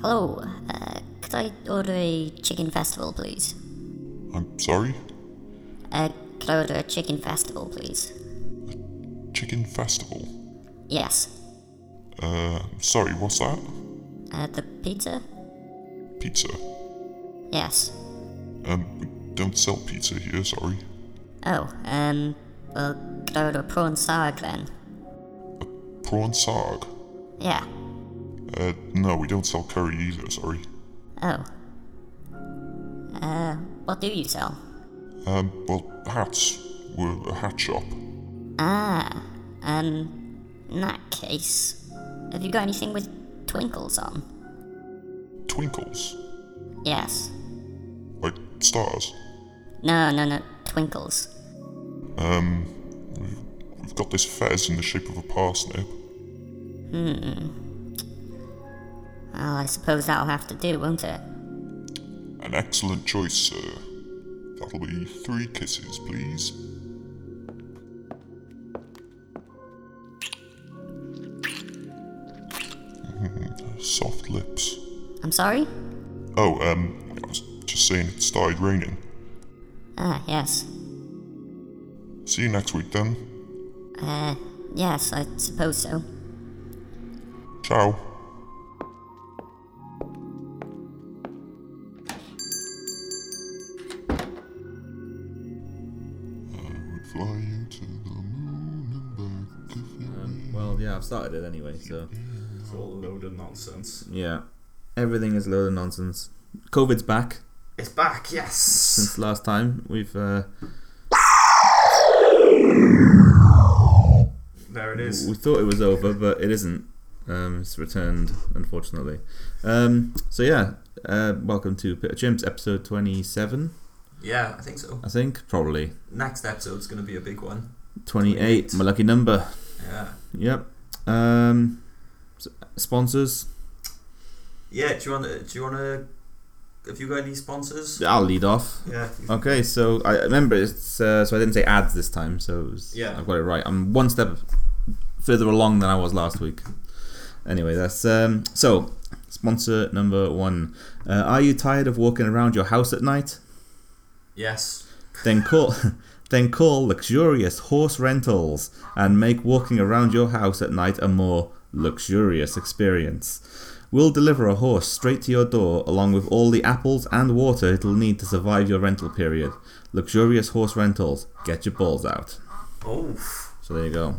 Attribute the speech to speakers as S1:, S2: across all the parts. S1: Hello, uh, could I order a chicken festival, please?
S2: I'm sorry?
S1: Uh, could I order a chicken festival, please?
S2: Chicken Festival?
S1: Yes.
S2: Uh, sorry, what's that?
S1: Uh, the pizza?
S2: Pizza.
S1: Yes.
S2: Um, we don't sell pizza here, sorry.
S1: Oh, um, well, could I order a prawn sarg then?
S2: Prawn sarg?
S1: Yeah.
S2: Uh, no, we don't sell curry either, sorry.
S1: Oh. Uh, what do you sell?
S2: Um, well, hats. We're a hat shop.
S1: Ah, um, in that case, have you got anything with twinkles on?
S2: Twinkles?
S1: Yes.
S2: Like stars?
S1: No, no, no, twinkles.
S2: Um, we've- we've got this fez in the shape of a parsnip.
S1: Well, I suppose that'll have to do, won't it?
S2: An excellent choice, sir. That'll be three kisses, please. Mm, Soft lips.
S1: I'm sorry?
S2: Oh, um, I was just saying it started raining.
S1: Ah, yes.
S2: See you next week then.
S1: Uh, yes, I suppose so.
S2: Ciao. I would fly you to the moon and back if you
S3: Well, yeah, I've started it anyway, so
S4: It's all a load of nonsense.
S3: yeah, everything is a load of nonsense. COVID's back
S4: It's back, yes!
S3: since last time. We've uh,
S4: There it
S3: we
S4: is.
S3: thought it was over, but it isn't. Um, it's returned, unfortunately. Um, so yeah, uh, welcome to Pit of Chimps, episode twenty-seven.
S4: Yeah, I think so.
S3: I think probably
S4: Next episode's gonna be a big one.
S3: twenty-eight. My lucky number.
S4: Yeah.
S3: Yep. Um, s- sponsors.
S4: Yeah, do you wanna do you wanna have you got any sponsors?
S3: I'll lead off.
S4: Yeah.
S3: Okay, so I remember it's uh, so I didn't say ads this time, so it was,
S4: Yeah.
S3: I've got it right. I'm one step further along than I was last week. Anyway, that's um, so sponsor number one. Uh, are you tired of walking around your house at night?
S4: Yes.
S3: Then call, then call luxurious horse rentals and make walking around your house at night a more luxurious experience. We'll deliver a horse straight to your door, along with all the apples and water it'll need to survive your rental period. Luxurious horse rentals, get your balls out.
S4: Oh.
S3: So there you go.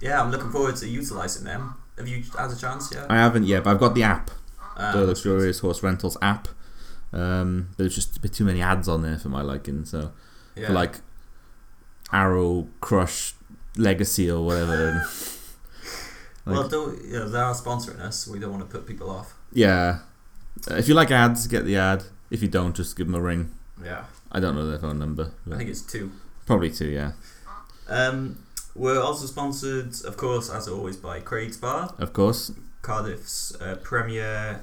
S4: Yeah, I'm looking forward to utilising them. Have you had a chance yet?
S3: I haven't yet, but I've got the app,
S4: Ah,
S3: the Luxurious Horse Rentals app. Um, there's just a bit too many ads on there for my liking, so.
S4: yeah.
S3: for like Arrow Crush Legacy or whatever. And
S4: well,
S3: like-
S4: don't, yeah, they are sponsoring us. We don't want to put people off.
S3: yeah, Uh, if you like ads, get the ad. If you don't, just give them a ring.
S4: Yeah,
S3: I don't know their phone number.
S4: I
S3: but
S4: think it's two.
S3: probably two. Yeah,
S4: Um, we're also sponsored, of course, as always, by Craig's Bar.
S3: of course.
S4: Cardiff's uh, premier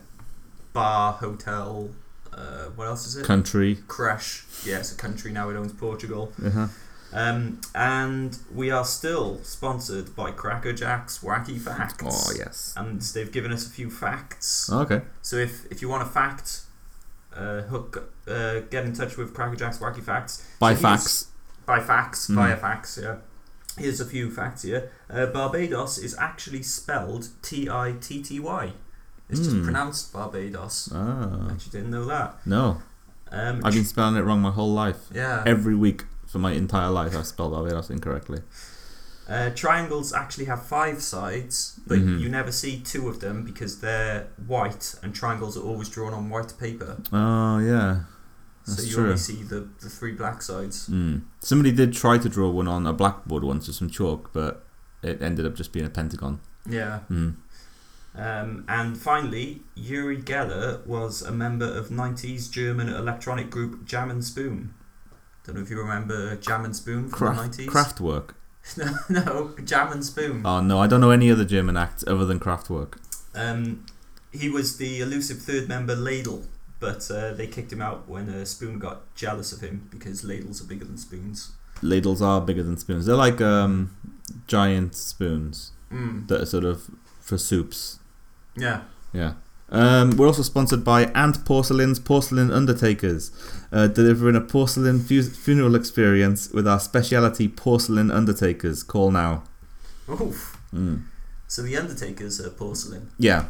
S4: bar hotel. Uh, what else is it?
S3: Country.
S4: Crash. Yeah, it's a country now. It owns Portugal.
S3: Uh-huh.
S4: Um, and we are still sponsored by Cracker Jack's Wacky Facts.
S3: Oh yes.
S4: And they've given us a few facts.
S3: Okay.
S4: So if if you want a fact, uh, hook uh, get in touch with Cracker Jack's Wacky Facts.
S3: By
S4: So here's-
S3: fax.
S4: by fax,
S3: Mhm.
S4: via fax, yeah. Here's a few facts here. Uh, Barbados is actually spelled T I T T Y. It's just
S3: Hmm.
S4: pronounced Barbados. I
S3: Ah.
S4: actually didn't know that.
S3: No,
S4: Um,
S3: I've been spelling it wrong my whole life.
S4: yeah.
S3: Every week for my entire life, I've spelled Barbados incorrectly.
S4: Uh, triangles actually have five sides, but
S3: Mhm.
S4: you never see two of them because they're white, and triangles are always drawn on white paper.
S3: Oh yeah.
S4: so
S3: That's
S4: you
S3: true.
S4: only see the, the three black sides.
S3: Mm. Somebody did try to draw one on a blackboard once with some chalk, but it ended up just being a pentagon.
S4: Yeah.
S3: Mm.
S4: Um, and finally, Yuri Geller was a member of 90s German electronic group Jam and Spoon. Don't know if you remember Jam and Spoon from
S3: Craft,
S4: the 90s.
S3: Kraftwerk.
S4: No, no, Jam and Spoon.
S3: Oh no, I don't know any other German acts other than Kraftwerk.
S4: Um, he was the elusive third member Ladle, but uh, they kicked him out when uh, Spoon got jealous of him because ladles are bigger than spoons.
S3: Ladles are bigger than spoons. They're like um, giant spoons
S4: Mm.
S3: that are sort of for soups.
S4: Yeah.
S3: Hmm, Yeah. Um, we're also sponsored by Ant Porcelain's Porcelain Undertakers, uh, delivering a porcelain fu- funeral experience with our speciality porcelain undertakers. Call now.
S4: Oof. So the Undertaker's are porcelain.
S3: Yeah,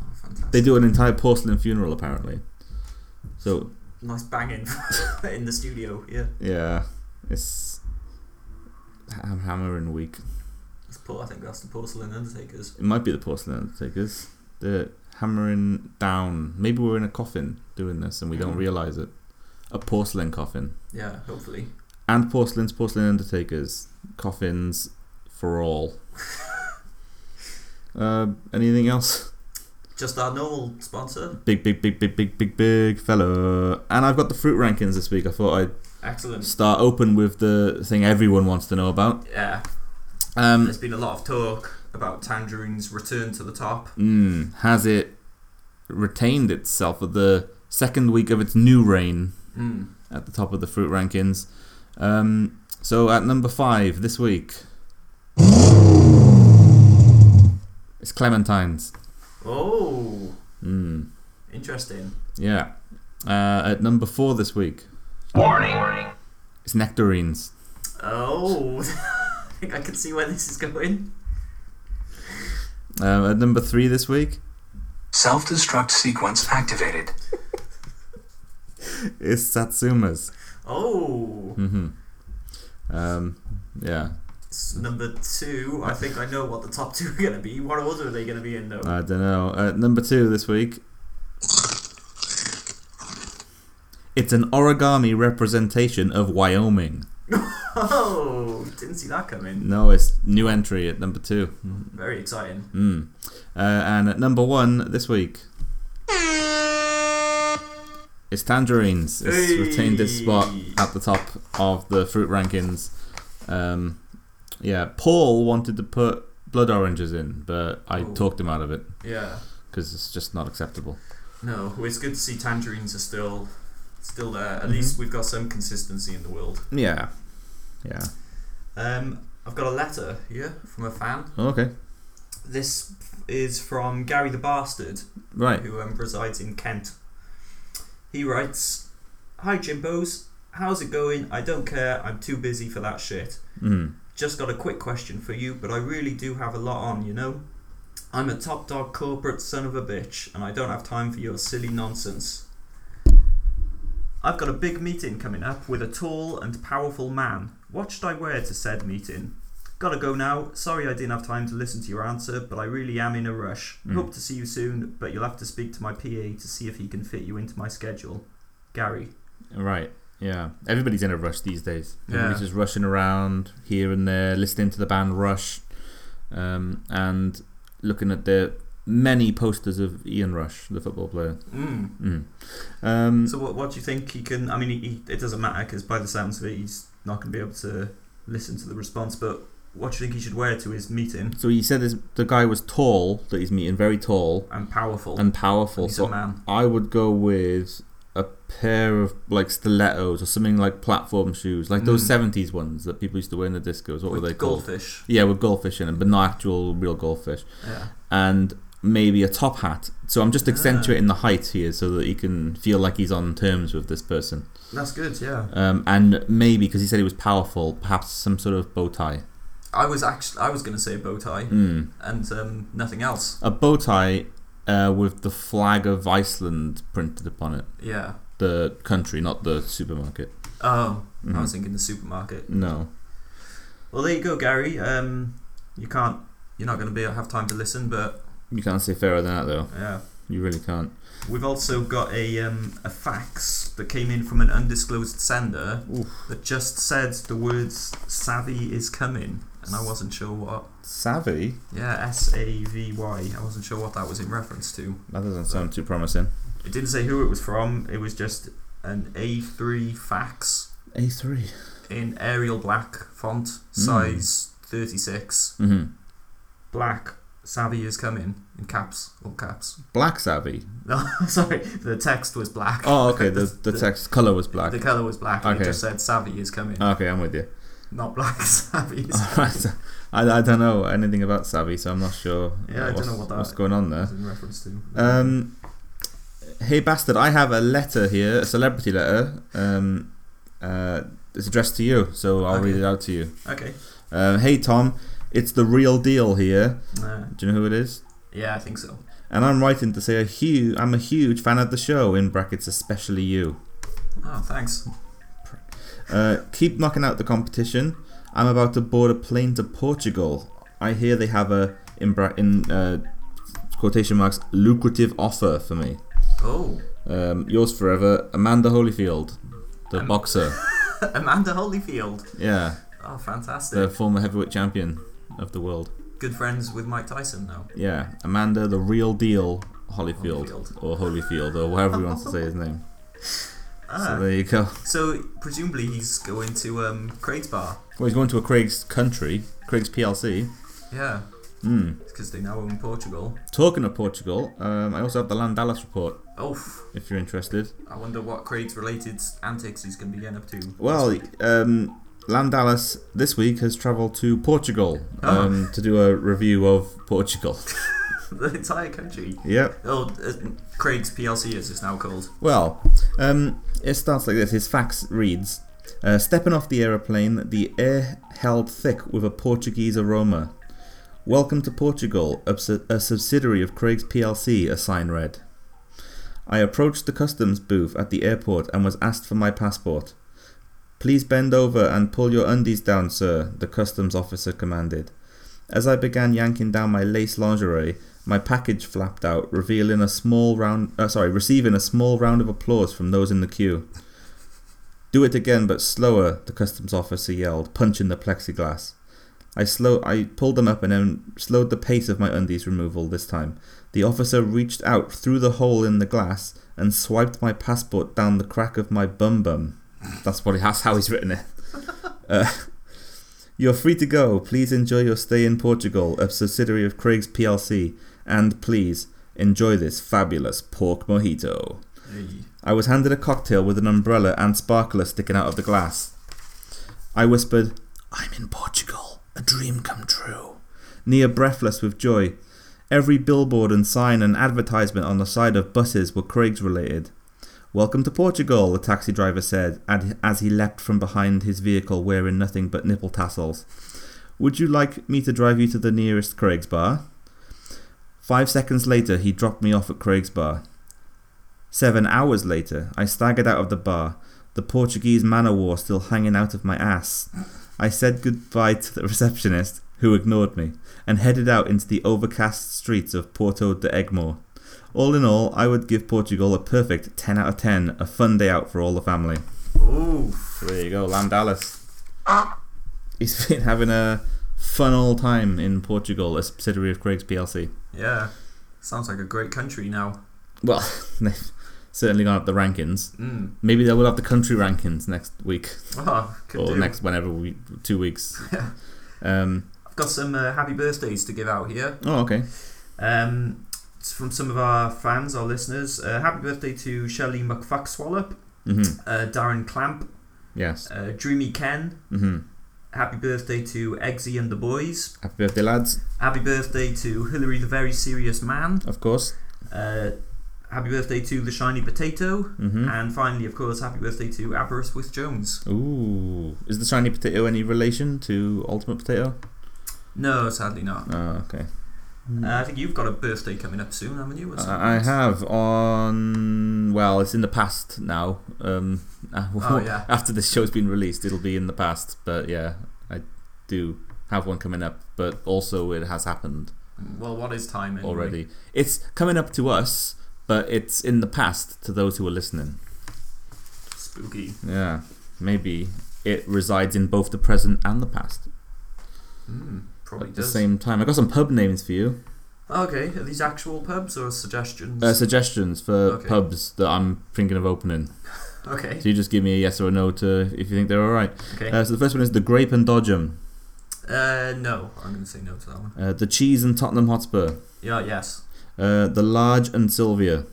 S4: Oh, fantastic.
S3: they do an entire porcelain funeral apparently. So
S4: Nice banging in the studio. Yeah,
S3: yeah, it's I'm hammering weak.
S4: That's por- I think that's the porcelain Undertaker's.
S3: It might be the porcelain undertakers. They're hammering down. Maybe we're in a coffin doing this and we don't realize it. A porcelain coffin.
S4: Yeah, hopefully.
S3: And porcelain's porcelain undertakers. Coffins for all. uh, anything else?
S4: Just our normal sponsor.
S3: Big, big, big, big, big, big, big fellow. And I've got the fruit rankings this week. I thought I'd
S4: Excellent.
S3: start open with the thing everyone wants to know about.
S4: Yeah,
S3: Um,
S4: there's been a lot of talk about Tangerine's return to the top.
S3: mm, has it retained itself for the second week of its new reign?
S4: Mm.
S3: at the top of the fruit rankings. Um, so at number five this week, it's clementines.
S4: Oh,
S3: Mm,
S4: interesting.
S3: yeah. Uh, at number four this week,
S5: Warning.
S3: it's nectarines.
S4: Oh, I think I can see where this is going.
S3: Um, at number three this week,
S5: Self destruct sequence activated.
S3: it's satsumas.
S4: Oh,
S3: hmm Um, yeah,
S4: S- number two. I think I know what the top two are going to be. What order are they going to be in though?
S3: I don't know. At number two this week, it's an origami representation of Wyoming.
S4: Oh, didn't see that coming.
S3: No, it's new entry at number two.
S4: Very exciting.
S3: Mm. Uh, and at number one this week, it's tangerines. It's
S4: Hey.
S3: retained its spot at the top of the fruit rankings. Um, yeah, Paul wanted to put blood oranges in, but I
S4: Oh.
S3: talked him out of it
S4: Yeah.
S3: because it's just not acceptable.
S4: No, well, it's good to see tangerines are still still there. At least we've got some consistency in the world.
S3: Yeah, yeah.
S4: Um, I've got a letter here from a fan.
S3: Okay,
S4: This is from Gary the Bastard,
S3: right.
S4: who um, resides in Kent. He writes, "Hi Jimbos, how's it going? I don't care. I'm too busy for that shit.
S3: Mm.
S4: Just got a quick question for you, but I really do have a lot on, you know? I'm a top dog corporate son of a bitch, and I don't have time for your silly nonsense. I've got a big meeting coming up with a tall and powerful man. What should I wear to said meeting? Gotta go now. Sorry I didn't have time to listen to your answer, but I really am in a rush. Hope to see you soon, but you'll have to speak to my PA to see if he can fit you into my schedule. Gary.
S3: Right. Yeah. Everybody's in a rush these days.
S4: Yeah.
S3: Everybody's just rushing around here and there, listening to the band Rush, um, and looking at the many posters of Ian Rush, the football player.
S4: Mm.
S3: Mm. Um,
S4: So what, what do you think he can? I mean, he, he, it doesn't matter because by the sounds of it, he's not going to be able to listen to the response. But what do you think he should wear to his meeting?
S3: so he said this, the guy was tall, that he's meeting, very tall
S4: And powerful.
S3: and powerful.
S4: he's
S3: so
S4: a man.
S3: I would go with a pair of like stilettos or something like platform shoes, like those
S4: Mm.
S3: '70s ones that people used to wear in the discos. What
S4: with
S3: were they called?
S4: goldfish.
S3: Yeah, with goldfish in them, but not actual real goldfish.
S4: Yeah.
S3: and maybe a top hat. So I'm
S4: Ah.
S3: just accentuating the height here so that he can feel like he's on terms with this person.
S4: That's good. Yeah.
S3: Um, and maybe because he said he was powerful, perhaps some sort of bow tie.
S4: I was actually I was going to say bow tie
S3: Mm.
S4: and um, nothing else.
S3: A bow tie uh, with the flag of Iceland printed upon it.
S4: Yeah.
S3: The country, not the supermarket.
S4: Oh, I
S3: Mhm.
S4: was thinking the supermarket.
S3: No.
S4: Well, there you go, Gary. Um, you can't. You're not going to be have time to listen, but
S3: You can't say fairer than that, though.
S4: yeah.
S3: You really can't.
S4: We've also got a, um, a fax that came in from an undisclosed sender
S3: Oof.
S4: that just said the words "savvy is coming," and I wasn't sure what.
S3: Savvy?
S4: Yeah, S A V Y. I wasn't sure what that was in reference to.
S3: That doesn't sound too promising.
S4: It didn't say who it was from. It was just an A3 fax
S3: A3.
S4: in Arial black font, size 36,
S3: hmm
S4: black. Savvy is coming in caps, all caps.
S3: Black savvy.
S4: No, sorry, the text was black.
S3: Oh, okay. The, the text colour was black.
S4: The color was black. And
S3: Oh,
S4: it
S3: Okay.
S4: just said "Savvy is coming."
S3: Okay, I'm with you.
S4: not black savvies.
S3: Alright, I, I don't know anything about Savvy, so I'm not sure
S4: Yeah, I don't
S3: what's,
S4: know what that-
S3: what's going on there.
S4: in reference to.
S3: Um, hey bastard, I have a letter here, a celebrity letter. Um, uh, it's addressed to you, so I'll read
S4: Okay.
S3: it out to you.
S4: okay.
S3: Um, hey Tom, it's the real deal here.
S4: Uh,
S3: Do you know who it is?
S4: yeah, I think so.
S3: And I'm writing to say a huge, I'm a huge fan of the show. In brackets, especially you.
S4: Oh, thanks.
S3: Uh, keep knocking out the competition. I'm about to board a plane to Portugal. I hear they have a in, bra- in uh, quotation marks lucrative offer for me.
S4: Oh,
S3: Um, yours forever, Amanda Holyfield, the boxer.
S4: Amanda Holyfield.
S3: Yeah, the
S4: Oh, fantastic.
S3: former heavyweight champion of the world.
S4: Good friends with Mike Tyson now.
S3: Yeah, Amanda, the real deal Holyfield,
S4: Holyfield.
S3: or Holyfield, or whatever he wants to say his name. So
S4: Ah,
S3: there you go.
S4: so presumably he's going to um, Craig's bar.
S3: Well, he's going to a Craig's country, Craig's PLC.
S4: Yeah,
S3: Hmm.
S4: because they now own Portugal.
S3: Talking of Portugal, um, I also have the Landalas report.
S4: Oof.
S3: if you're interested.
S4: I wonder what Craig's related antics he's going to be getting up to.
S3: Well, um, Landalas this week has travelled to Portugal
S4: Oh.
S3: um, to do a review of Portugal.
S4: the entire country.
S3: yep.
S4: Oh, uh, Craig's PLC as it's now called.
S3: Well, um, it starts like this. His fax reads uh, Stepping off the aeroplane, the air held thick with a Portuguese aroma. Welcome to Portugal, a, su- a subsidiary of Craig's PLC, a sign read. I approached the customs booth at the airport and was asked for my passport. Please bend over and pull your undies down, sir, the customs officer commanded. As I began yanking down my lace lingerie, my package flapped out, revealing a small round. Uh, sorry, receiving a small round of applause from those in the queue. Do it again, but slower, the customs officer yelled, punching the plexiglass. I slow. I pulled them up and then slowed the pace of my undies removal this time. The officer reached out through the hole in the glass and swiped my passport down the crack of my bum bum. That's what he has. How he's written it. Uh, you're free to go. Please enjoy your stay in Portugal, a subsidiary of Craig's PLC, and please enjoy this fabulous pork mojito.
S4: Hey.
S3: I was handed a cocktail with an umbrella and sparkler sticking out of the glass. I whispered, I'm in Portugal, a dream come true. Near breathless with joy, every billboard and sign and advertisement on the side of buses were Craig's related. Welcome to Portugal, the taxi driver said ad- as he leapt from behind his vehicle wearing nothing but nipple tassels. Would you like me to drive you to the nearest Craig's bar? Five seconds later, he dropped me off at Craig's bar. Seven hours later, I staggered out of the bar, the Portuguese man o' war still hanging out of my ass. I said goodbye to the receptionist, who ignored me, and headed out into the overcast streets of Porto de Egmore. All in all, I would give Portugal a perfect 10 out of 10, a fun day out for all the family.
S4: Oof.
S3: There you go, Lamb Dallas. He's been having a fun old time in Portugal, a subsidiary of Craig's PLC.
S4: Yeah. Sounds like a great country now.
S3: Well, they've certainly gone up the rankings.
S4: Mm.
S3: Maybe they will have the country rankings next week.
S4: Oh, could
S3: or
S4: do.
S3: next whenever we two weeks. um,
S4: I've got some uh, happy birthdays to give out here.
S3: oh, okay.
S4: Um, it's from some of our fans, our listeners. Uh, happy birthday to Shelley McFuckswallop,
S3: Mm-hmm.
S4: uh, Darren Clamp,
S3: Yes.
S4: uh, Dreamy Ken.
S3: Mm-hmm.
S4: Happy birthday to Eggsy and the Boys.
S3: Happy birthday, lads!
S4: Happy birthday to Hillary the Very Serious Man.
S3: Of course.
S4: Uh, happy birthday to The Shiny Potato.
S3: Mm-hmm.
S4: And finally, of course, happy birthday to Aberystwyth Jones.
S3: Ooh, is the shiny potato any relation to ultimate potato?
S4: No, sadly not.
S3: Oh, okay.
S4: Uh, I think you've got a birthday coming up soon, haven't you? Or something?
S3: Uh, I I have on. Well, it's in the past now. Um,
S4: Oh, yeah.
S3: After this show's been released, it'll be in the past. But yeah, I do have one coming up. But also, it has happened.
S4: Well, what is time anyway?
S3: already. It's coming up to us, but it's in the past to those who are listening.
S4: Spooky.
S3: Yeah, maybe it resides in both the present and the past
S4: Mm, probably
S3: at the
S4: does.
S3: same time. I got some pub names for you,
S4: Okay, are these actual pubs or suggestions?
S3: uh, suggestions for
S4: Okay.
S3: pubs that I'm thinking of opening.
S4: okay.
S3: So you just give me a yes or a no to if you think they're all right.
S4: Okay.
S3: Uh, so the first one is the Grape and Dodgem,
S4: Uh, no, I'm going to say no to that one.
S3: uh, the Cheese and Tottenham Hotspur,
S4: Yeah, yes.
S3: uh, the Large and Sylvia,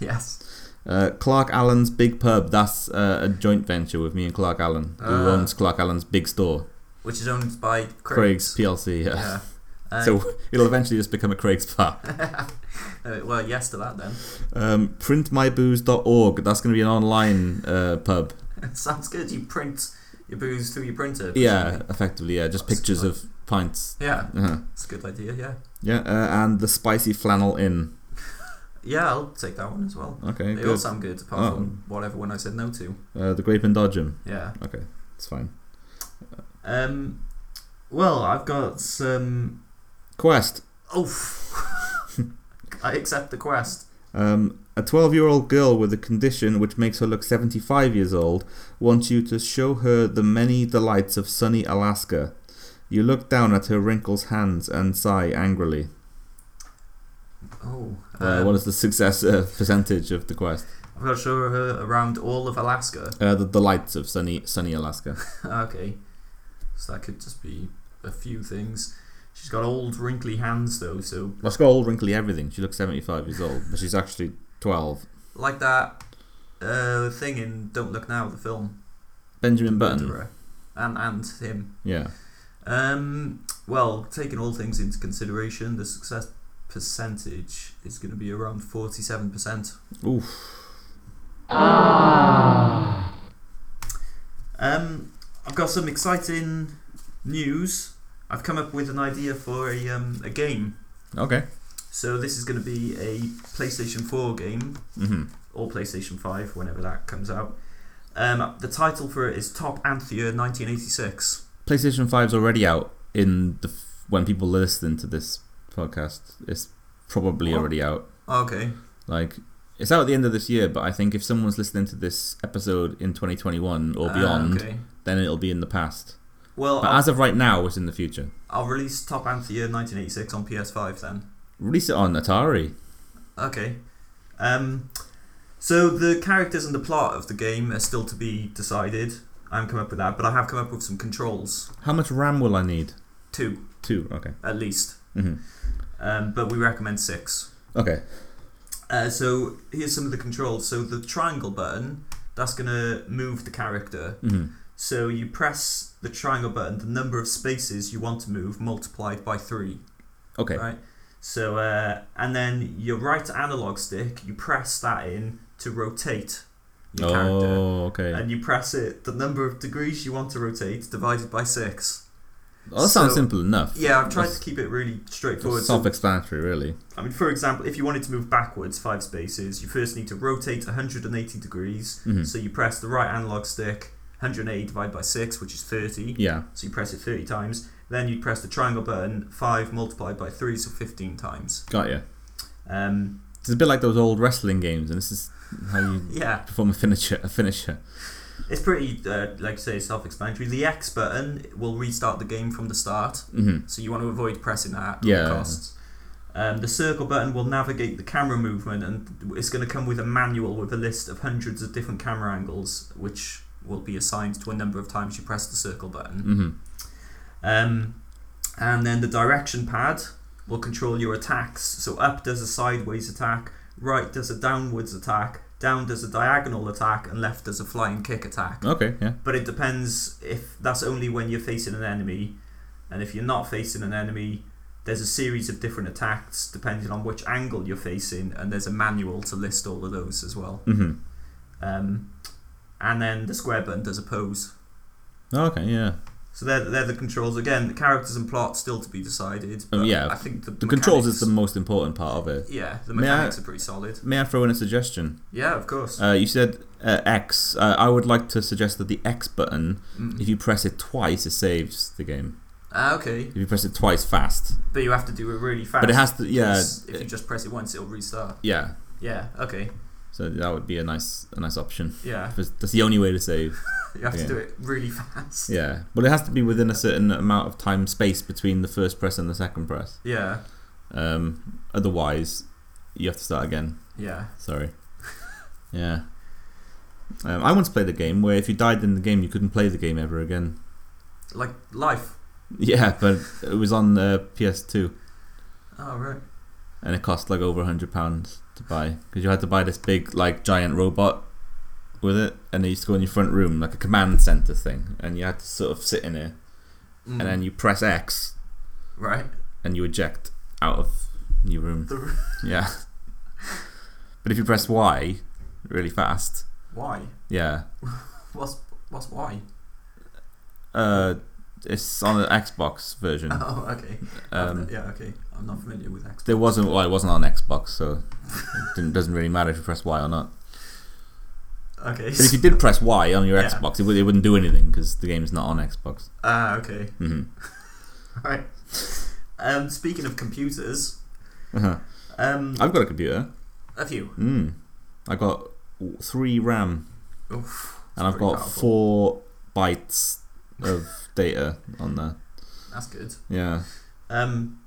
S4: Yes.
S3: Uh, Clark Allen's Big Pub. That's uh, a joint venture with me and Clark Allen, who
S4: Ah.
S3: owns Clark Allen's Big Store,
S4: which is owned by
S3: Craig's,
S4: Craig's.
S3: PLC. Yeah.
S4: Yeah. Uh,
S3: so it'll eventually just become a Craig's bar.
S4: uh, well, yes to that then.
S3: Um, printmybooze.org. That's going to be an online uh, pub.
S4: Sounds good. You print your booze through your printer.
S3: Yeah,
S4: presumably.
S3: effectively. Yeah, just
S4: That's
S3: pictures
S4: fun.
S3: of pints.
S4: Yeah,
S3: Uh-huh.
S4: it's a good idea. Yeah,
S3: Yeah, uh, and the Spicy Flannel Inn.
S4: yeah, I'll take that one as well.
S3: Okay,
S4: they all
S3: Oh, good.
S4: sound good, apart
S3: Oh.
S4: from whatever one I said no to.
S3: Uh, the Grape and Dodgem.
S4: Yeah.
S3: Okay, it's fine.
S4: Um. Well, I've got some.
S3: Quest.
S4: Oof. I accept the quest.
S3: Um, a 12 year old girl with a condition which makes her look 75 years old wants you to show her the many delights of sunny Alaska. You look down at her wrinkles hands and sigh angrily.
S4: Oh.
S3: Uh,
S4: um,
S3: what is the success uh, percentage of the quest?
S4: I've got to show her around all of Alaska.
S3: Uh, the delights of sunny sunny Alaska.
S4: okay. So that could just be a few things. She's got old, wrinkly hands though, so
S3: Let's go all wrinkly everything. She looks 75 years old, but she's actually 12.
S4: like that uh, thing in Don't Look Now, the film.
S3: Benjamin Button.
S4: Murderer. And and him.
S3: Yeah.
S4: Um, well, taking all things into consideration, the success percentage is going to be around forty-seven percent.
S3: Oof.
S4: Ah. Um, I've got some exciting news. I've come up with an idea for a um, a game.
S3: Okay.
S4: So this is going to be a PlayStation Four game
S3: hmm
S4: or PlayStation Five, whenever that comes out. Um, the title for it is Top Anthea 1986.
S3: PlayStation 5's already out in the f- when people listen to this podcast. It's probably
S4: What?
S3: already out.
S4: Okay.
S3: Like it's out at the end of this year, but I think if someone's listening to this episode in 2021 or
S4: Ah,
S3: beyond,
S4: okay. Oh,
S3: then it'll be in the past.
S4: Well,
S3: But
S4: I'll,
S3: as of right now, it's in the future.
S4: I'll release Top Anthea 1986 on PS5 then.
S3: Release it on Atari.
S4: Okay. Um, so the characters and the plot of the game are still to be decided. I haven't come up with that, but I have come up with some controls.
S3: How much RAM will I need?
S4: Two,
S3: Two. Okay.
S4: at least.
S3: hmm
S4: Um, but we recommend six.
S3: Okay.
S4: Uh, so here's some of the controls. So the triangle button, that's going to move the character.
S3: hmm
S4: So you press the triangle button, the number of spaces you want to move multiplied by three.
S3: Okay.
S4: Right. So, uh, and then your right analog stick, you press that in to rotate your character.
S3: Oh, okay.
S4: And you press it the number of degrees you want to rotate divided by six.
S3: Oh, that sounds
S4: so-
S3: simple enough.
S4: Yeah, I've tried
S3: That's-
S4: to keep it really straightforward.
S3: It's
S4: So,
S3: self-explanatory, really.
S4: I mean, for example, if you wanted to move backwards five spaces, you first need to rotate 180 degrees.
S3: Mhm.
S4: So you press the right analog stick, 180 divided by six, which is 30.
S3: Yeah.
S4: So you press it 30 times. Then you press the triangle button, five multiplied by three, so 15 times.
S3: Got you.
S4: Um,
S3: It's a bit like those old wrestling games, and this is how you
S4: yeah.
S3: perform a finisher. A finisher.
S4: It's pretty, uh, like I say, self-explanatory. The X button will restart the game from the start,
S3: hmm
S4: so you want to avoid pressing that. at all
S3: Yeah.
S4: Costs. Um, the circle button will navigate the camera movement, and it's going to come with a manual with a list of hundreds of different camera angles, which will be assigned to a number of times you press the circle button.
S3: hmm
S4: Um, and then the direction pad will control your attacks. So up does a sideways attack, right does a downwards attack, down does a diagonal attack, and left does a flying kick attack
S3: Okay. Yeah.
S4: but it depends if that's only when you're facing an enemy and if you're not facing an enemy there's a series of different attacks depending on which angle you're facing and there's a manual to list all of those as well
S3: hmm
S4: um, and then the square button does a pose
S3: Okay. Yeah. Um,
S4: so they're, they're the controls again the characters and plot still to be decided
S3: Um,
S4: but
S3: yeah,
S4: i think the,
S3: The controls is the
S4: mechanics-
S3: most important part of it.
S4: yeah the
S3: May I-
S4: mechanics are pretty solid
S3: May I throw in a suggestion?
S4: yeah of course
S3: Uh, you said uh, X. Uh, I would like to suggest that the X button,
S4: Mm.
S3: if you press it twice, it saves the game.
S4: Ah, okay
S3: If you press it twice fast,
S4: but you have to do it really fast
S3: but it has to. Yeah, uh,
S4: 'cause if you just press it once it'll restart
S3: yeah.
S4: yeah okay
S3: So that would be a nice, a nice option.
S4: yeah
S3: If it's- That's the only way to save.
S4: You have
S3: Yeah.
S4: to do it really fast.
S3: Yeah, but it has to be within a certain amount of time space between the first press and the second press.
S4: Yeah.
S3: Um, otherwise, you have to start again.
S4: Yeah.
S3: Sorry. Yeah. Um, I once played a game where if you died in the game, you couldn't play the game ever again.
S4: Like life.
S3: Yeah, but it was on uh, PS2
S4: Oh right.
S3: and it cost like over a hundred pounds. to buy because you had to buy this big like giant robot with it, and it used to go in your front room like a command center thing, and you had to sort of sit in it, and then you press X
S4: Mm. Right.
S3: and you eject out of your room.
S4: The,
S3: Yeah. but if you press Y really fast,
S4: why?
S3: yeah,
S4: What's what's why?
S3: uh, it's on the Xbox version.
S4: Oh, okay.
S3: Um,
S4: I've- yeah, okay. I'm not familiar with Xbox.
S3: There wasn't well, it wasn't on Xbox, so it didn't, doesn't really matter if you press Y or not.
S4: Okay.
S3: But if you did press Y on your
S4: Yeah.
S3: Xbox, it, would, it wouldn't do anything because the game's not on Xbox.
S4: Ah, okay.
S3: hmm
S4: Right. Um, speaking of computers,
S3: Uh-huh.
S4: um,
S3: I've got a computer.
S4: a few.
S3: Mm. I got three RAM
S4: Oof, it's
S3: and I've
S4: pretty
S3: got
S4: powerful.
S3: four bytes of data on there.
S4: That's good.
S3: Yeah.
S4: Um,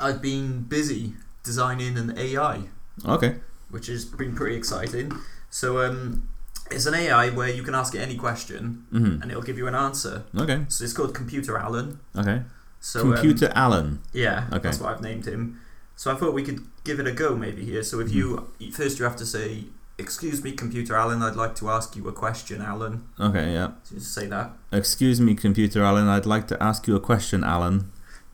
S4: I've been busy designing an AI,
S3: Okay.
S4: which has been pretty exciting. So um, it's an AI where you can ask it any question
S3: hmm
S4: and it'll give you an answer.
S3: Okay.
S4: So it's called Computer Alan.
S3: Okay.
S4: So um,
S3: Computer Alan.
S4: Yeah,
S3: Okay.
S4: that's what I've named him. So I thought we could give it a go maybe here. So if
S3: Hmm.
S4: you first you have to say, "Excuse me, computer Alan, I'd like to ask you a question, Alan."
S3: Okay. Yeah.
S4: So you just say that,
S3: Excuse me, Computer Alan. I'd like to ask you a question, Alan.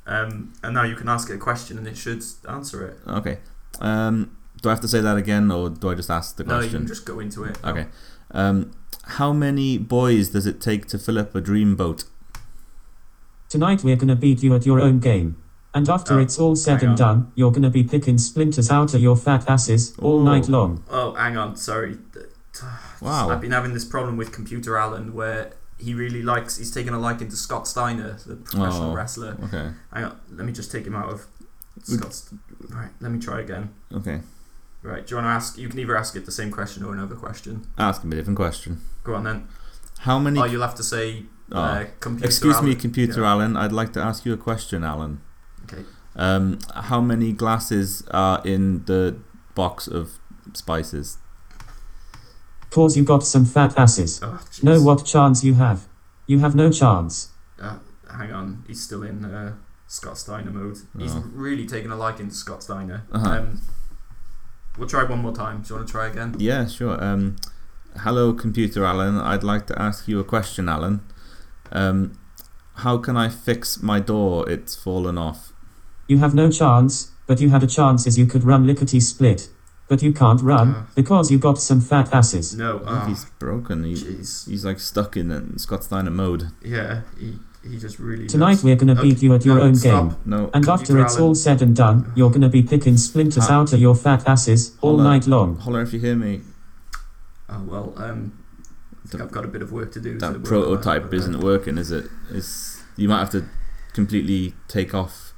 S4: um, and now you can ask it a question and it should answer it.
S3: Okay. Um, do I have to say that again, or do I just ask the
S4: no, you
S3: question?
S4: can just go into it.
S3: okay. Um, how many boys does it take to fill up a dream boat?
S6: Tonight we're gonna beat you at your own game. And after
S4: Oh,
S6: it's all said
S4: hang
S6: and
S4: on.
S6: done, you're gonna be picking splinters out of your fat asses all
S3: Ooh.
S6: night long.
S4: Oh, hang on, sorry. Th- I've
S3: Wow.
S4: been having this problem with computer Alan where he really likes. He's taken a liking to Scott Steiner, the professional
S3: Oh.
S4: wrestler.
S3: Okay.
S4: Hang on, let me just take him out of.
S3: Would-
S4: Scott's. Right, let me try again.
S3: Okay.
S4: Right, do you want to ask? You can either ask it the same question or another question.
S3: Ask him a different question.
S4: Go on then.
S3: How many?
S4: Oh, you'll have to say
S3: Oh.
S4: uh, computer.
S3: Excuse me,
S4: Alan.
S3: Computer
S4: Yeah.
S3: Alan. I'd like to ask you a question, Alan.
S4: Okay.
S3: Um, how many glasses are in the box of spices?
S6: Cause you got some fat asses.
S4: Oh, jeez.
S6: Know what chance you have. You have no chance.
S4: Uh, hang on, he's still in uh, Scott Steiner mode. He's
S3: Oh.
S4: really taken a liking to Scott Steiner.
S3: Uh-huh.
S4: Um, we'll try one more time. Do you want to try again?
S3: Yeah, sure. Um, hello, Computer Alan. I'd like to ask you a question, Alan. Um, how can I fix my door? It's fallen off.
S6: You have no chance, but you had a chance as you could run lickety split. But you can't run,
S4: Ah.
S6: because you got some fat asses.
S4: No.
S3: I think
S4: Oh,
S3: he's broken. He,
S4: jeez.
S3: he's like stuck in that Scott Steiner mode.
S4: Yeah. He he just really.
S6: Tonight
S4: loves-
S6: we're gonna
S4: Okay,
S6: beat you at your
S4: no,
S6: own
S4: stop.
S6: game.
S3: No.
S6: And
S4: Computer
S6: after it's
S4: Alan.
S6: all said and done, you're gonna be picking splinters
S4: Uh,
S3: Ah.
S6: out of your fat asses all
S3: Hold on.
S6: night long.
S3: Holler if you hear me.
S4: Oh well. Um, I think
S3: That-
S4: I've got a bit of work to do. uh, to
S3: That
S4: work
S3: prototype
S4: on that,
S3: isn't working, is it? It's, you might have to completely take off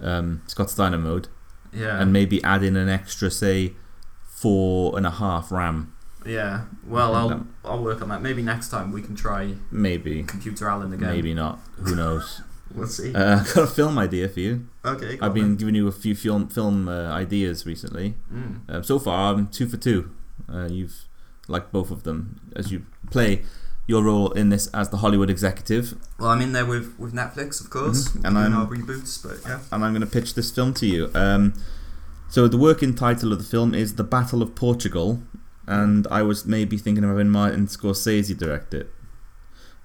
S3: um, Scott Steiner mode
S4: Yeah.
S3: and maybe add in an extra, say, four and a half RAM.
S4: Yeah. Well,
S3: I
S4: I'll
S3: think
S4: I'll work on that. Maybe next time we can try
S3: Maybe.
S4: Computer Alan again.
S3: Maybe not. Who knows?
S4: We'll see.
S3: Uh, I've got a film idea for you.
S4: okay. go
S3: I've
S4: on
S3: been giving you a few film film uh, ideas recently.
S4: then.
S3: Um, so far, I'm two for two. Uh, you've liked both of them as you play your role in this as the Hollywood executive,
S4: Mm. Well, I'm in there with with Netflix, of course,
S3: Mhm. And
S4: and
S3: I'm-
S4: our reboots, but yeah.
S3: and I'm going to pitch this film to you. Um, so the working title of the film is The Battle of Portugal, and I was maybe thinking of having Martin Scorsese direct it.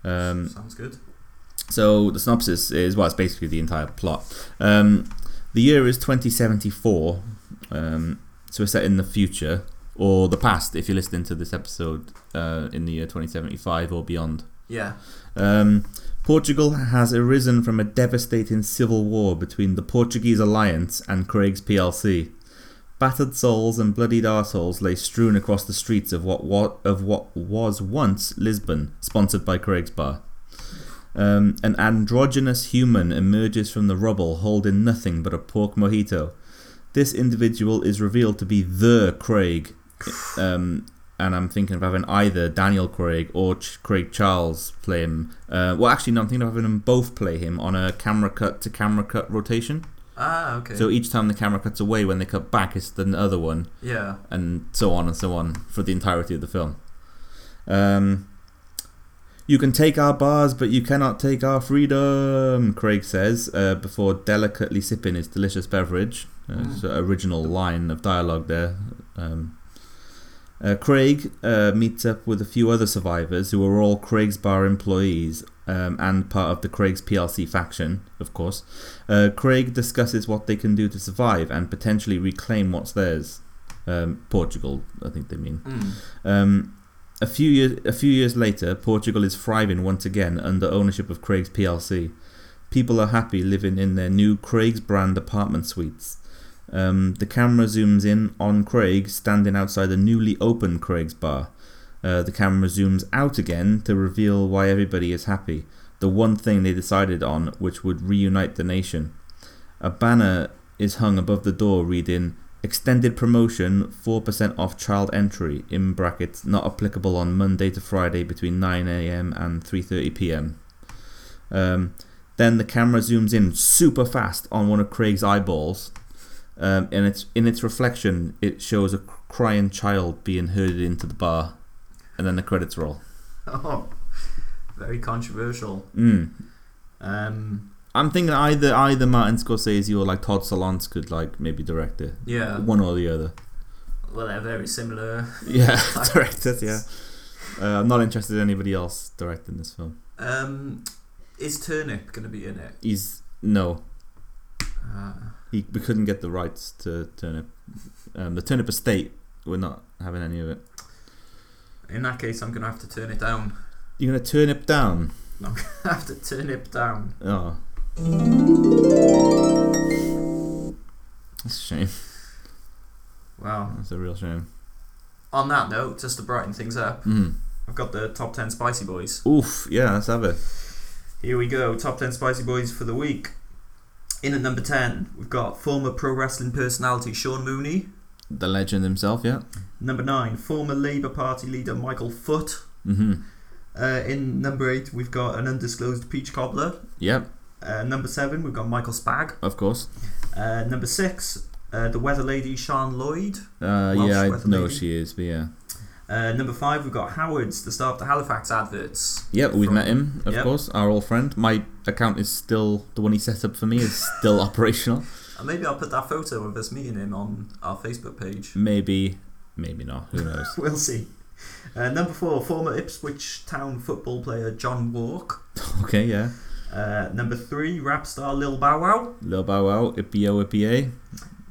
S3: Um,
S4: Sounds good.
S3: So the synopsis is well, it's basically the entire plot. Um, the year is 2074, um, so we're set in the future or the past if you're listening to this episode uh, in the year 2075 or beyond.
S4: Yeah.
S3: Um, Portugal has arisen from a devastating civil war between the Portuguese Alliance and Craig's PLC. Battered souls and bloodied arseholes lay strewn across the streets of what, what of what was once Lisbon, sponsored by Craig's Bar. Um, an androgynous human emerges from the rubble holding nothing but a pork mojito. This individual is revealed to be the Craig, um, and I'm thinking of having either Daniel Craig or Ch- Craig Charles play him. Uh, well, actually, no, I'm thinking of having them both play him on a camera cut to camera cut rotation.
S4: Ah, okay.
S3: So each time the camera cuts away, when they cut back, it's the other one,
S4: yeah.
S3: and so on and so on for the entirety of the film. Um, you can take our bars, but you cannot take our freedom, Craig says, uh, before delicately sipping his delicious beverage. Uh,
S4: Mm.
S3: it's an original line of dialogue there Um, uh, Craig uh, meets up with a few other survivors who are all Craig's Bar employees um, and part of the Craig's PLC faction, of course. Uh, Craig discusses what they can do to survive and potentially reclaim what's theirs. Um, Portugal, I think they mean.
S4: Mm.
S3: Um, a few years a few years later, Portugal is thriving once again under ownership of Craig's PLC. People are happy living in their new Craig's brand apartment suites. Um, the camera zooms in on Craig standing outside a newly opened Craig's bar. Uh, the camera zooms out again to reveal why everybody is happy. The one thing they decided on, which would reunite the nation. A banner is hung above the door reading Extended promotion, 4% off child entry, in brackets, not applicable on Monday to Friday between 9am and 3.30pm. Um, then the camera zooms in super fast on one of Craig's eyeballs. Um, and it's, in its reflection, it shows a crying child being herded into the bar. And then the credits roll.
S4: Oh, very controversial.
S3: Mm.
S4: Um,
S3: I'm thinking either either Martin Scorsese or like Todd Solondz could like maybe direct it.
S4: yeah,
S3: One or the other.
S4: well, they're very similar.
S3: Yeah, direct it. Yeah. Uh, I'm not interested in anybody else directing this film.
S4: Um, is Turnip going to be in it?
S3: He's no,
S4: Uh,
S3: he we couldn't get the rights to Turnip. Um, the Turnip Estate, we're not having any of it.
S4: in that case, I'm going to have to turn it down.
S3: You're gonna Turnip down.
S4: I'm going to have to turn it down.
S3: Oh, that's a shame.
S4: Wow.
S3: That's a real shame.
S4: On that note, just to brighten things up,
S3: Mm.
S4: I've got the top 10 Spicy Boys.
S3: Oof. Yeah, let's have it.
S4: Here we go, top 10 spicy boys for the week. In at number 10, we've got former pro wrestling personality Sean Mooney.
S3: The legend himself. Yeah.
S4: Number 9, former Labour Party leader Michael Foot.
S3: Mm-hmm.
S4: Uh, in number 8, we've got an undisclosed peach cobbler.
S3: Yep.
S4: Uh, number 7, we've got Michael Spag.
S3: Of course.
S4: Uh, number 6, uh, the weather lady Sean Lloyd.
S3: Uh,
S4: Welsh
S3: yeah, I
S4: weather
S3: know
S4: lady.
S3: she is, but yeah.
S4: Uh, number 5, we've got Howard's, the star of the Halifax adverts.
S3: Yep, we've
S4: From-
S3: met him, of
S4: Yep.
S3: course, our old friend. My account is still, the one he set up for me is still operational.
S4: And maybe I'll put that photo of us meeting him on our Facebook page.
S3: Maybe, maybe not, who knows.
S4: We'll see. Uh, number 4, former Ipswich Town football player John Walk.
S3: okay, yeah.
S4: Uh, number three, rap star Lil Bow Wow.
S3: Lil Bow Wow, Ippio Ippie.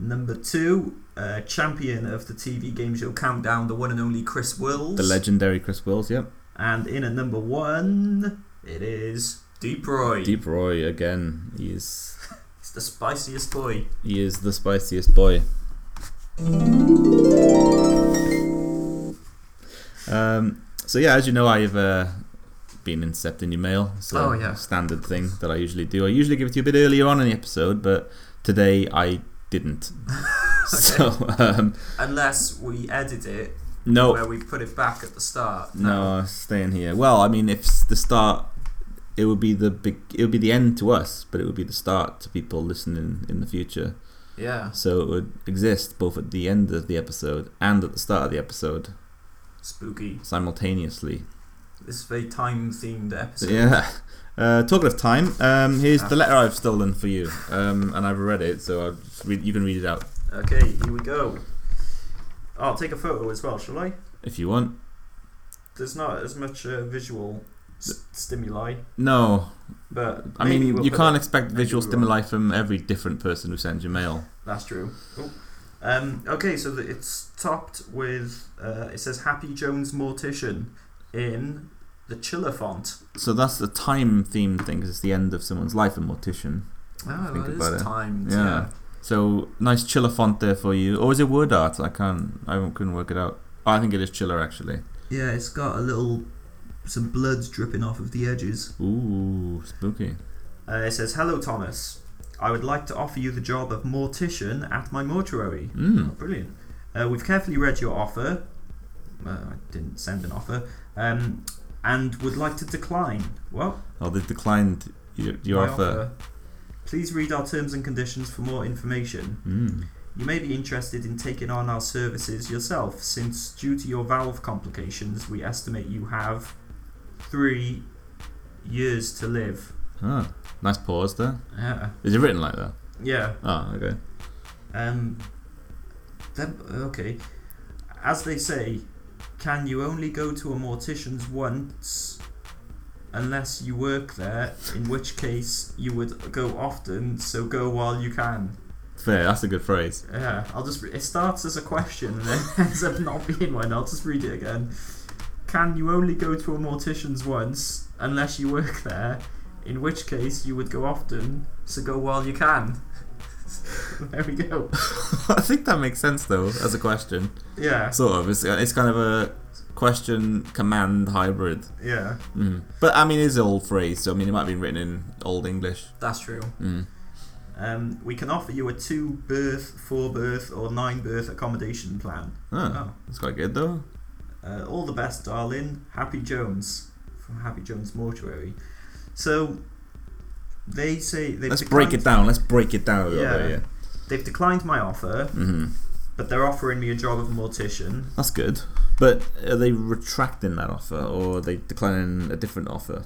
S4: Number two, uh, champion of the TV game show Countdown, the one and only Chris Wills.
S3: The legendary Chris Wills, yep.
S4: And in at number one, it is Deep Roy.
S3: Deep Roy, again, he is,
S4: It's the spiciest boy.
S3: he is the spiciest boy. Um, so yeah, as you know, I've uh, been intercepting your mail. So
S4: Oh, yeah.
S3: standard thing that I usually do. I usually give it to you a bit earlier on in the episode, but today I didn't. So um,
S4: Unless we edit it where
S3: no,
S4: we put it back at the start.
S3: no, I'm staying here. Well, I mean, if s- the start, it would be the big, it would be the end to us, but it would be the start to people listening in the future.
S4: Yeah.
S3: So it would exist both at the end of the episode and at the start of the episode
S4: Spooky.
S3: simultaneously.
S4: This is a very time themed episode.
S3: Yeah. Uh, talking of time, um, here's
S4: Ah.
S3: the letter I've stolen for you, um, and I've read it, so I'll just read, you can read it out
S4: Okay, here we go. I'll take a photo as well, shall I?
S3: if you want.
S4: There's not as much uh, visual s- stimuli,
S3: No,
S4: but
S3: I
S4: maybe
S3: mean
S4: we'll
S3: you
S4: put
S3: can't
S4: it-
S3: expect
S4: maybe
S3: visual
S4: we will.
S3: stimuli from every different person who sends you mail.
S4: That's true. Oh. Um, okay, so the, it's topped with uh, it says Happy Jones Mortician in the chiller font.
S3: So that's the time theme thing, 'cause it's the end of someone's life and mortician.
S4: Oh,
S3: Think
S4: it
S3: about
S4: is
S3: it.
S4: timed.
S3: Yeah. So nice chiller font there for you, or is it word art? I can't, I couldn't work it out. Oh, I think it is chiller actually.
S4: yeah, it's got a little some blood's dripping off of the edges.
S3: Ooh, spooky.
S4: Uh, it says Hello, Thomas. I would like to offer you the job of mortician at my mortuary.
S3: Mm.
S4: Oh, brilliant. Uh, we've carefully read your offer. Uh, I didn't send an offer. Um, and would like to decline. Well,
S3: Oh, they declined your, your
S4: My
S3: offer.
S4: Please read our terms and conditions for more information.
S3: Mm.
S4: You may be interested in taking on our services yourself, since due to your valve complications, we estimate you have three years to live. Uh,
S3: Ah, nice pause there.
S4: Yeah.
S3: Is it written Ah, like that?
S4: Yeah.
S3: Oh, okay.
S4: Um. Then okay. as they say, can you only go to a mortician's once unless you work there? In which case, you would go often, so go while you can.
S3: Fair, that's a good phrase.
S4: Yeah, I'll just. Re- it starts as a question and then ends up not being one. I'll just read it again. Can you only go to a mortician's once unless you work there? In which case, you would go often, so go while you can. there we go.
S3: I think that makes sense though, as a question.
S4: Yeah,
S3: Sort of. It's, uh, it's kind of a question command hybrid.
S4: yeah,
S3: Mm. But I mean, it's an old phrase, so I mean, it might have been written in Old English.
S4: that's true.
S3: Mm.
S4: Um, we can offer you a two birth, four birth, or nine birth accommodation plan.
S3: Oh,
S4: Oh.
S3: that's quite good though.
S4: Uh, all the best, darling. Happy Jones from Happy Jones Mortuary. So they say they
S3: Let's break it down. Let's break it down a little
S4: Yeah.
S3: bit. Yeah.
S4: They've declined my offer,
S3: hmm
S4: but they're offering me a job of a mortician.
S3: That's good. But are they retracting that offer, or are they declining a different offer?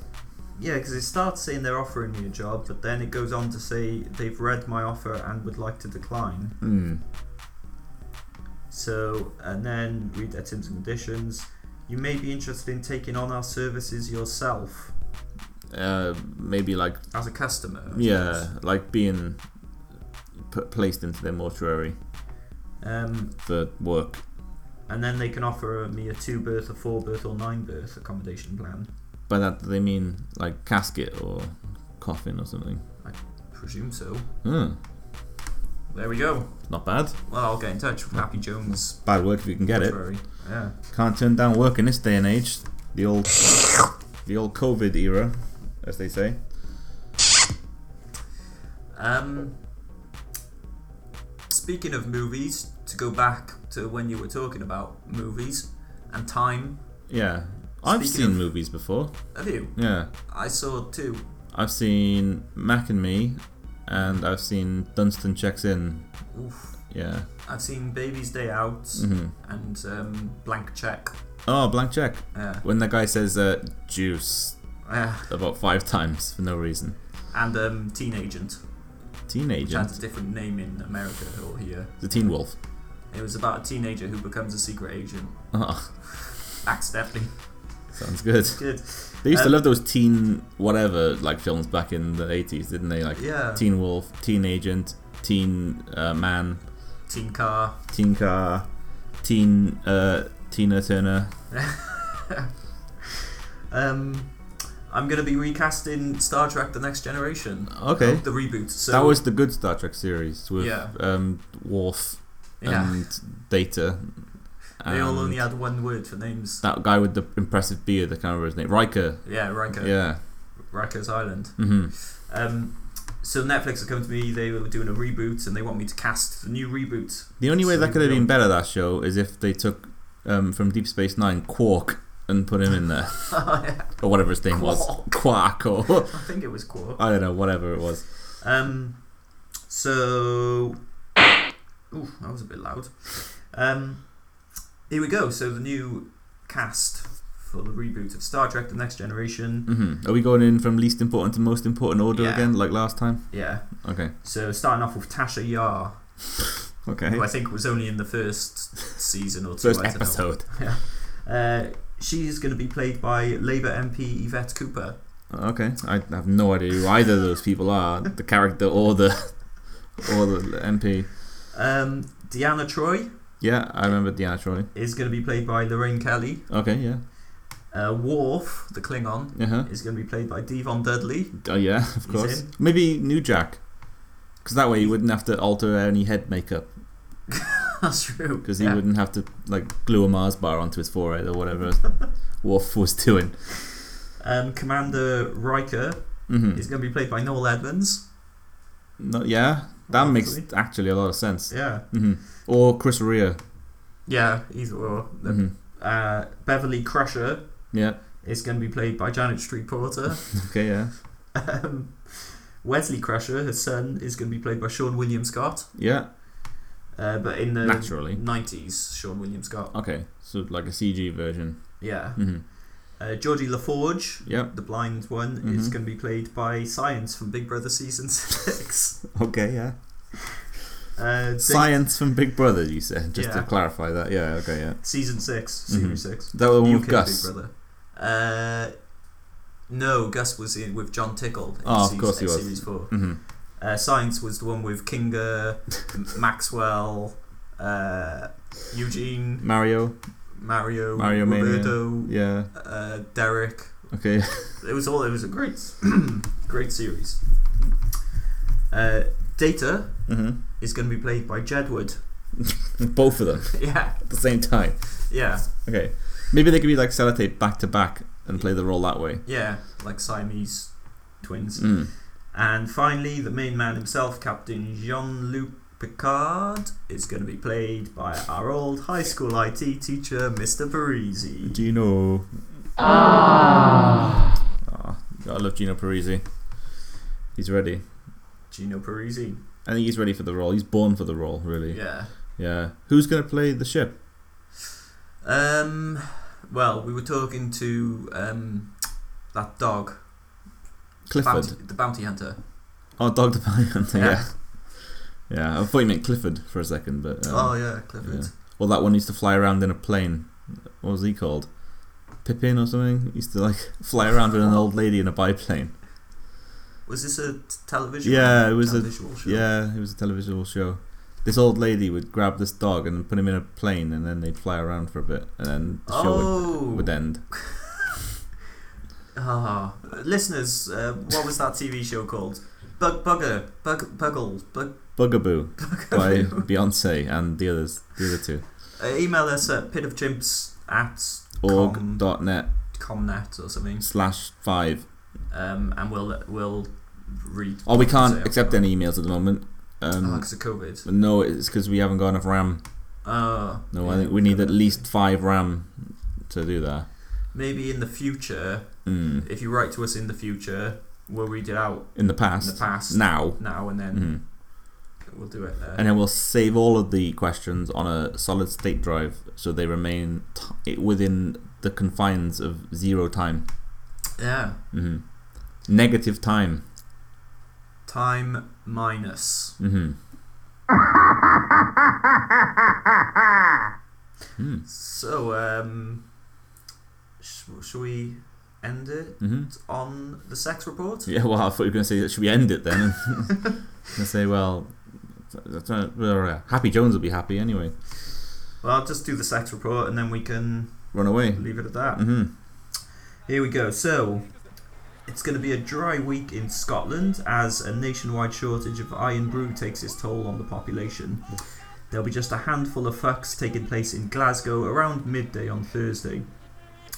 S4: Yeah, because it starts saying they're offering me a job, but then it goes on to say they've read my offer and would like to decline.
S3: Hmm.
S4: So, and then read their terms and conditions. You may be interested in taking on our services yourself
S3: Uh, maybe like
S4: as a customer.
S3: yeah, like being p- placed into their mortuary
S4: Um,
S3: for work.
S4: and then they can offer me a two birth, a four birth, or nine birth accommodation plan.
S3: By that, do they mean like casket or coffin or something?
S4: Presume so.
S3: Hmm.
S4: There we go.
S3: Not bad.
S4: Well, I'll get in touch with Happy Jones.
S3: Bad work if you can get it.
S4: Library. Yeah.
S3: Can't turn down work in this day and age. The old, the old COVID era, as they say.
S4: Um, speaking of movies, to go back to when you were talking about movies and time,
S3: Yeah, I've
S4: Speaking
S3: seen
S4: of-
S3: movies before.
S4: have you?
S3: Yeah,
S4: I saw two.
S3: I've seen Mac and Me, and I've seen Dunstan checks in.
S4: Oof.
S3: Yeah.
S4: I've seen Baby's Day Out
S3: Mhm.
S4: and um, Blank Check.
S3: Oh, blank check.
S4: Yeah.
S3: When that guy says uh, "juice"
S4: Yeah.
S3: about five times for no reason.
S4: uh, And um, Teen Agent, which
S3: Teenager.
S4: has a different name in America or here.
S3: The Teen Wolf.
S4: It was about a teenager who becomes a secret agent.
S3: Oh,
S4: Accidentally.
S3: sounds good.
S4: Good.
S3: They used to
S4: Um,
S3: love those teen whatever like films back in the eighties, didn't they? Like
S4: Yeah.
S3: Teen Wolf, Teen Agent, Teen uh, Man,
S4: Teen Car.
S3: Teen Car, Teen uh, Tina Turner.
S4: Um, I'm going to be recasting Star Trek The Next Generation.
S3: Okay.
S4: The reboot. So
S3: that was the good Star Trek series with
S4: Yeah.
S3: um, Worf
S4: Yeah.
S3: and Data.
S4: they
S3: um,
S4: all
S3: and
S4: only had one word for names.
S3: that guy with the impressive beard. I can't remember his name. Riker.
S4: Yeah, Riker.
S3: Yeah.
S4: Riker's Island.
S3: hmm
S4: Um, so Netflix had come to me. They were doing a reboot, and they want me to cast the new reboot.
S3: The only way
S4: So
S3: that could have
S4: real.
S3: been better that show is if they took um, from Deep Space Nine Quark and put him in there or whatever his name was Quark or
S4: Oh, I think it was Quark.
S3: I don't know whatever it was.
S4: Um, so, ooh, that was a bit loud. Um, here we go. So the new cast for the reboot of Star Trek: The Next Generation.
S3: hmm Are we going in from least important to most important order
S4: Yeah.
S3: again like last time?
S4: Yeah.
S3: Okay.
S4: So starting off with Tasha Yar,
S3: Okay.
S4: who I think was only in the first season or two.
S3: First
S4: I don't know.
S3: episode.
S4: Uh, she's going to be played by Labour MP Yvette Cooper.
S3: Okay, I have no idea who either of those people are, the character or the or the MP.
S4: Um, Deanna Troy
S3: Yeah, I remember Deanna Troy.
S4: is going to be played by Lorraine Kelly.
S3: Okay, yeah,
S4: Uh, Worf, the Klingon,
S3: uh huh,
S4: is going to be played by Devon Dudley.
S3: oh yeah, of course.
S4: in.
S3: Maybe New Jack, because that way you wouldn't have to alter any head makeup,
S4: That's true.
S3: because he
S4: Yeah.
S3: wouldn't have to like glue a Mars bar onto his forehead or whatever Worf was doing.
S4: Um, Commander Riker
S3: Mm-hmm.
S4: is going to be played by Noel Edmonds.
S3: No, yeah, that makes
S4: Actually.
S3: actually a lot of sense.
S4: Yeah.
S3: hmm Or Chris Rea.
S4: Yeah, either or.
S3: hmm
S4: Uh, Beverly Crusher
S3: Yeah.
S4: is going to be played by Janet Street Porter.
S3: Okay. Yeah.
S4: um, Wesley Crusher, his son, is going to be played by Sean William Scott.
S3: Yeah.
S4: Uh, but in the
S3: Naturally.
S4: 90s, Sean William Scott.
S3: Okay. So like a CG version.
S4: Yeah.
S3: hmm
S4: Uh, Georgie LaForge,
S3: Yeah.
S4: the blind one, is
S3: Mhm.
S4: going to be played by Science from Big Brother Season 6.
S3: Okay, yeah.
S4: Uh, Dick-
S3: Science from Big Brother, you said, just to
S4: Yeah.
S3: clarify that. Yeah, okay, yeah.
S4: Season 6,
S3: Mm-hmm.
S4: Series 6.
S3: That was the one with
S4: UK
S3: Gus.
S4: Big Brother. Uh, no, Gus was in with John Tickle. In
S3: Oh, of
S4: seas-
S3: course he
S4: in
S3: was.
S4: Series 4.
S3: hmm
S4: Uh, Science was the one with Kinga, M- Maxwell, uh, Eugene,
S3: Mario,
S4: Mario,
S3: Mario Mania.
S4: Roberto,
S3: yeah,
S4: uh, Derek.
S3: okay.
S4: It was all. It was a great, great series. Uh, Data
S3: hmm
S4: is going to be played by Jedward.
S3: Both of them
S4: Yeah,
S3: at the same time.
S4: yeah,
S3: Okay, maybe they could be like sellotape back to back and play the role that way.
S4: yeah. Like Siamese twins.
S3: Mm.
S4: And finally, the main man himself, Captain Jean Luc Picard, is going to be played by our old high school IT teacher, Mr. Parisi.
S3: Gino. Ah. I love Gino Parisi. He's ready.
S4: Gino Parisi.
S3: I think he's ready for the role. He's born for the role, really.
S4: Yeah.
S3: Yeah. Who's gonna play the ship?
S4: Um. Well, we were talking to um that dog,
S3: Clifford.
S4: bounty, the bounty hunter.
S3: Oh, Dog the Bounty Hunter. Yeah.
S4: Yeah.
S3: Yeah, I thought you meant Clifford for a second, but um,
S4: oh yeah, Clifford.
S3: yeah. well, that one used to fly around in a plane. What was he called? Pippin or something? He used to like fly around with an old lady in a biplane.
S4: Was this a t- television?
S3: Yeah, it was a-
S4: televisual show.
S3: Yeah, it was a television show. This old lady would grab this dog and put him in a plane, and then they'd fly around for a bit, and then the show
S4: Oh.
S3: would, would end.
S4: Ah, listeners, uh, what was that TV show called? Bug Bugger, Bug Buggle, Bug
S3: Bugaboo by Beyonce and the others, the other two.
S4: Uh, email us at pitofchimps at com,
S3: Org.net
S4: comnet or something,
S3: slash five.
S4: um, and we'll we'll read.
S3: Oh, we can't
S4: say-
S3: accept any emails at the moment. Um,
S4: Oh, because of COVID.
S3: No, it's because we haven't got enough RAM.
S4: Oh,
S3: No, I
S4: yeah.
S3: think we need at least five RAM to do that.
S4: Maybe in the future,
S3: Mm.
S4: if you write to us in the future, we'll read it out
S3: In the
S4: in
S3: past,
S4: the past
S3: now,
S4: now and then
S3: Mhm.
S4: we'll do it. There.
S3: and then we'll save all of the questions on a solid state drive, so they remain t- within the confines of zero time,
S4: yeah,
S3: hmm negative time.
S4: time minus.
S3: hmm
S4: So, um, sh- shall we end it
S3: hmm
S4: on the sex report?
S3: Yeah, well, I thought you were going to say, should we end it then? and say, well, that's not- well, Happy Jones will be happy anyway.
S4: Well, I'll just do the sex report and then we can
S3: Run away.
S4: leave it at that.
S3: hmm
S4: Here we go. So, it's going to be a dry week in Scotland as a nationwide shortage of iron brew takes its toll on the population. There'll be just a handful of fucks taking place in Glasgow around midday on Thursday.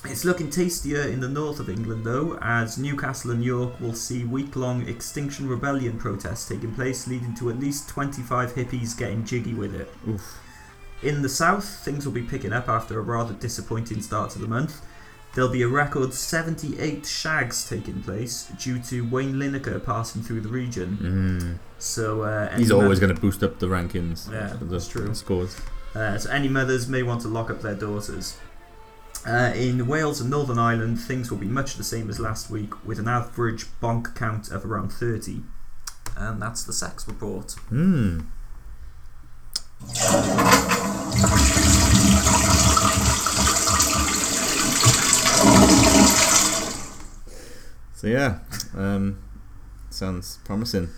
S4: It's looking tastier in the north of England though, as Newcastle and York will see week long Extinction Rebellion protests taking place, leading to at least 25 hippies getting jiggy with it. In the south, things will be picking up after a rather disappointing start to the month. There'll be a record 78 shags taking place due to Wayne Lineker passing through the
S3: Mm.
S4: region. So uh, any
S3: He's
S4: mother-
S3: always going to boost up the rankings.
S4: Yeah,
S3: the,
S4: that's true.
S3: the Scores.
S4: Uh, so any mothers may want to lock up their daughters. Uh, in Wales and Northern Ireland, things will be much the same as last week, with an average bonk count of around 30. And that's the sex report.
S3: Hmm. So yeah, um, sounds promising.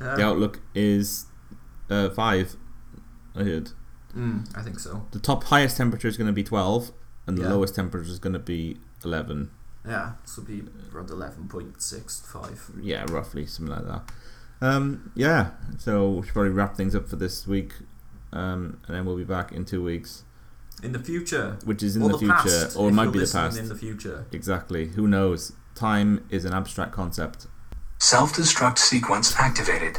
S4: Uh,
S3: the outlook is uh, five. I heard
S4: mm, I think so.
S3: the top highest temperature is going to be twelve, and the
S4: Yeah.
S3: lowest temperature is going to be eleven.
S4: Yeah, this will be around 11.65.
S3: yeah, roughly something like that. Um, yeah, so we should probably wrap things up for this week, um, and then we'll be back in two weeks,
S4: In the future.
S3: which is in
S4: or
S3: the, future,
S4: past,
S3: or it
S4: if
S3: might
S4: you're
S3: be the
S4: listening
S3: past.
S4: In the future.
S3: exactly. Who knows? Time is an abstract concept.
S5: Self destruct sequence activated.